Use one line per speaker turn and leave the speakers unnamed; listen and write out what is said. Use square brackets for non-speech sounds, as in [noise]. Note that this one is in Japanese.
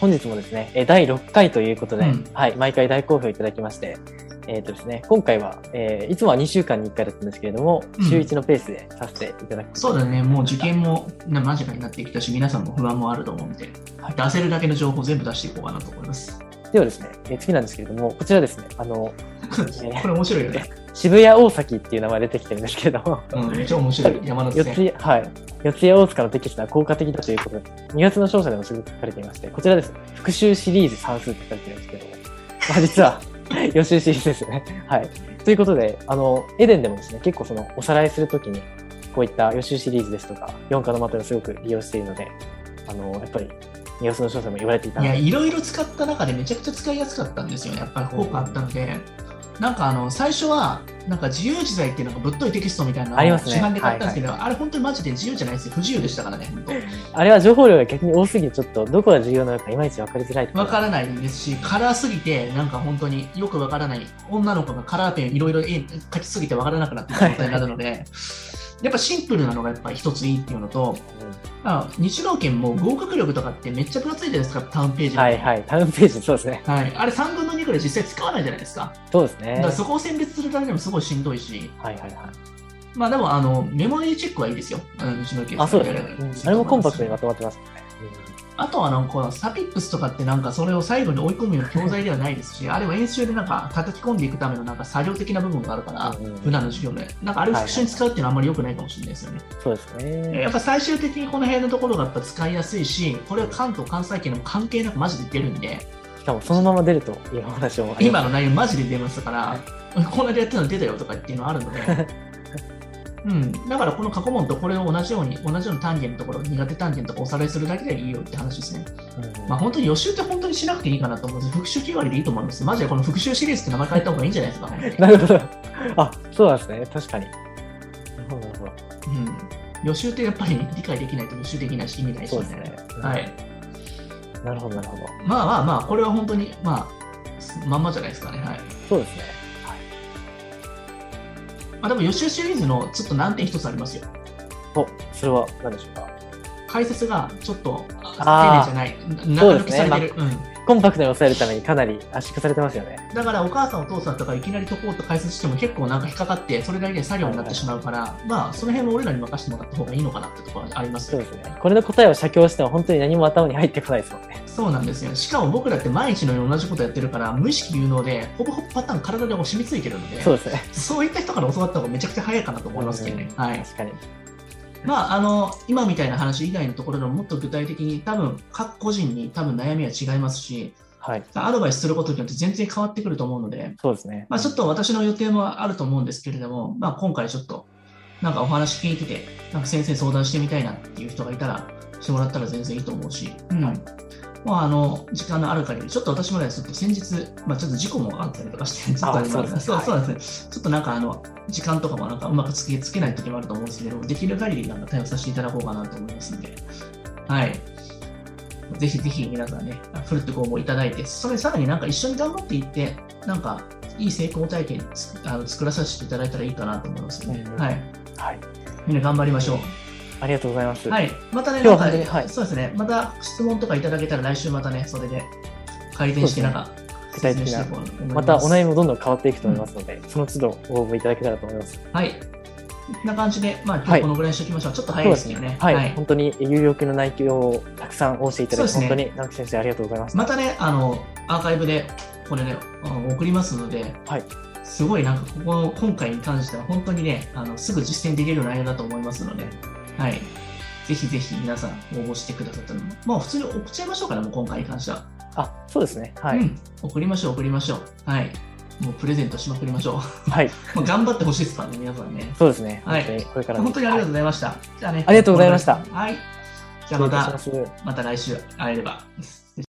本日もですね、えー第6回ということで、
うん
はい、毎回大好評いただきまして、えっ、とですね、今回は、えーいつもは2週間に1回だったんですけれども、
うん
週1のペースでさせていただく。
そうだね、もう受験もな間近になってきたし、皆さんも不安もあると思うんで、出せるだけの情報全部出していこうかなと思
[laughs]
います。
ではですね、えー次なんですけれども、こちらですね、あの、
これ面白いよね。
渋谷大崎っていう名前出てきてるんですけれども、
うん、めっちゃ面白い。山手
四
線。
谷、はい。四谷大塚のテキストは効果的だということで、2月の勝者でもすぐ書かれていまして、こちらですね、復習シリーズ算数って書かれてるんですけども、まあ実は [laughs] 予習シリーズですね。はい。ということで、あの、エデンでもですね、結構その、おさらいするときに、こういった予習シリーズですとか、4課のまとめをすごく利用しているので、あの、やっぱり、2月の勝者も言われていた
い
の
や、
で、
いろいろ使った中でめちゃくちゃ使いやすかったんですよね。やっぱり効果あったんで。なんかあの、最初は、なんか自由自在っていうのがぶっといテキストみたいなのを
ありますね
市販で買ったんですけど、あれ本当にマジで自由じゃないですよ。不自由でしたからね、本当。
あれは情報量が逆に多すぎて、ちょっと、どこが重要なのかいまいちわかりづらいところ
わからないですし、カラーすぎて、なんか本当によくわからない、女の子がカラーペンいろいろ絵描きすぎてわからなくなってた状態になるので、やっぱシンプルなのがやっぱ一ついいっていうのと、あ日農研も合格力とかってめっちゃ分厚いじゃないですか、タウンペー
う
ジ
んはい
い。
はい、タウンページ、そうですね。
はい、あれ3分の2くらい実際使わないじゃないですか。
そうです
だ
ね
か。らそこを選別するためにもすごいしんどいし、
はいはいはい。
まあでもあのメモリーチェックはいいですよ、あの日農研
あ、そうですね。あれもコンパクトに
は
まとまってますね。
あとはなんかこのサピックスとかってなんかそれを最後に追い込むような教材ではないですし、あれは演習でなんか叩き込んでいくためのなんか作業的な部分があるから、
うんうん
普段の授業で。なんかあれを復習に使うっていうのはあんまり良くないかもしれないですよね。
そうですね。
やっぱ最終的にこの辺のところがやっぱ使いやすいし、これは関東、関西圏でも関係なくマジで出るんで、
しかもそのまま出るというお話もあります。
今の内容マジで出ましたから、この間やったの出たよとかっていうのはあるので。 [laughs] うん、だからこの過去問とこれを同じように同じような単元のところ苦手単元とかおさらいするだけでいいよって話ですね。
うん
まあ、本当に予習って本当にしなくていいかなと思うんです復習9割でいいと思います。マジでこの復習シリーズって名前変えた方がいいんじゃないですか、本当に
なるほど。あ、そうなんですね。確かに。なるほど、なるほど。
うん、予習ってやっぱり理解できないと予習できないし、意味ないし
そう
み
です
たい
ね。
な。はい、
なるほど、なるほど。
まあまあまあ、これは本当に、まあ、まんまじゃないですかね。はい
そうですね。
まあ、でも予習シリーズのちょっと難点一つありますよ。
お、それは何でしょうか。
解説がちょっと
あー
あ丁寧じゃない、長抜きされてる。
コンパクトに抑えるためにかなり圧縮されてますよね。
うん、だからお母さんお父さんとかいきなり解こうと解説しても結構なんか引っかかってそれだけで作業になってしまうから、まあその辺も俺らに任せてもらった方がいいのかなってところはありますよね
そうですね。これの答えを写経しても本当に何も頭に入ってこないですもんね。
そうなんですよ。しかも僕らって毎日のように同じことやってるから、無意識有能で、ほぼほぼパターン体でもう染みついてるので、
そ
そうう
ですね。
いった人から教わった方がめちゃくちゃ早いかなと思いますけどね。
うん
はい。
確かに。
まあ、あの、今みたいな話以外のところでももっと具体的に、多分、各個人に多分悩みは違いますし、
はい。
アドバイスすることによって全然変わってくると思うので、
そうですね。
まあ、ちょっと私の予定もあると思うんですけれども、まあ、今回ちょっと、なんかお話聞いてて、なんか先生相談してみたいなっていう人がいたら、してもらったら全然いいと思うし、うん
はい
まあ、あの時間のある限り、ちょっと私もね、ちょっと先日、まあ、ちょっと事故もあったりとかして、ちょっとあれなんです
あ
そう
そ
そううなんですね、ちょっとなんかあの、時間とかもなんかうまくつけつけない時もあると思うんですけど、できる限りなんか対応させていただこうかなと思いますんで、はい。ぜひぜひ皆さんね、フルットご応募いただいて、それさらになんか一緒に頑張っていって、なんかいい成功体験つあの作らさせていただいたらいいかなと思いますよね。
うん
はい。
はい。
みんな頑張りましょう。
ありがとうございます。
はい、またね、
今日
なん
は
か
本当にはい
そうですね、また質問とかいただけたら、来週またね、それで改善して、
そ
な
うんで
か、
具体的な
説明していこうと思い
またお悩みもどんどん変わっていくと思いますので、その都度ご応募いただけたらと思います。
はい、こんな感じで、まあ、今
はい
日このぐらいにしておきましょう。ちょっと早いですけどね。
はい、本当に有料級の内容をたくさん応じていただき、
そうです
本
ね
当に直木先生ありがとうございます。
またね、あの、アーカイブで、これね、あの送りますので、
はい
すごいなんか、ここの今回に関しては、本当にね、あのすぐ実践できる内容だと思いますので、はい。ぜひぜひ皆さん応募してくださったのも、まあ普通に送っちゃいましょうかね、もう今回に関しては。
あ、そうですね。はい、
うん、送りましょう、送りましょう。はい。もうプレゼントしまくりましょう。 [laughs]
はい、
もう頑張ってほしいですからね、皆さんね。
そうですね。
はい
本当にこれからも
本当にありがとうございました。じゃあね。
ありがとうございました
はい。じゃあ
失礼
ま
い
た、
します
また来週会えれば。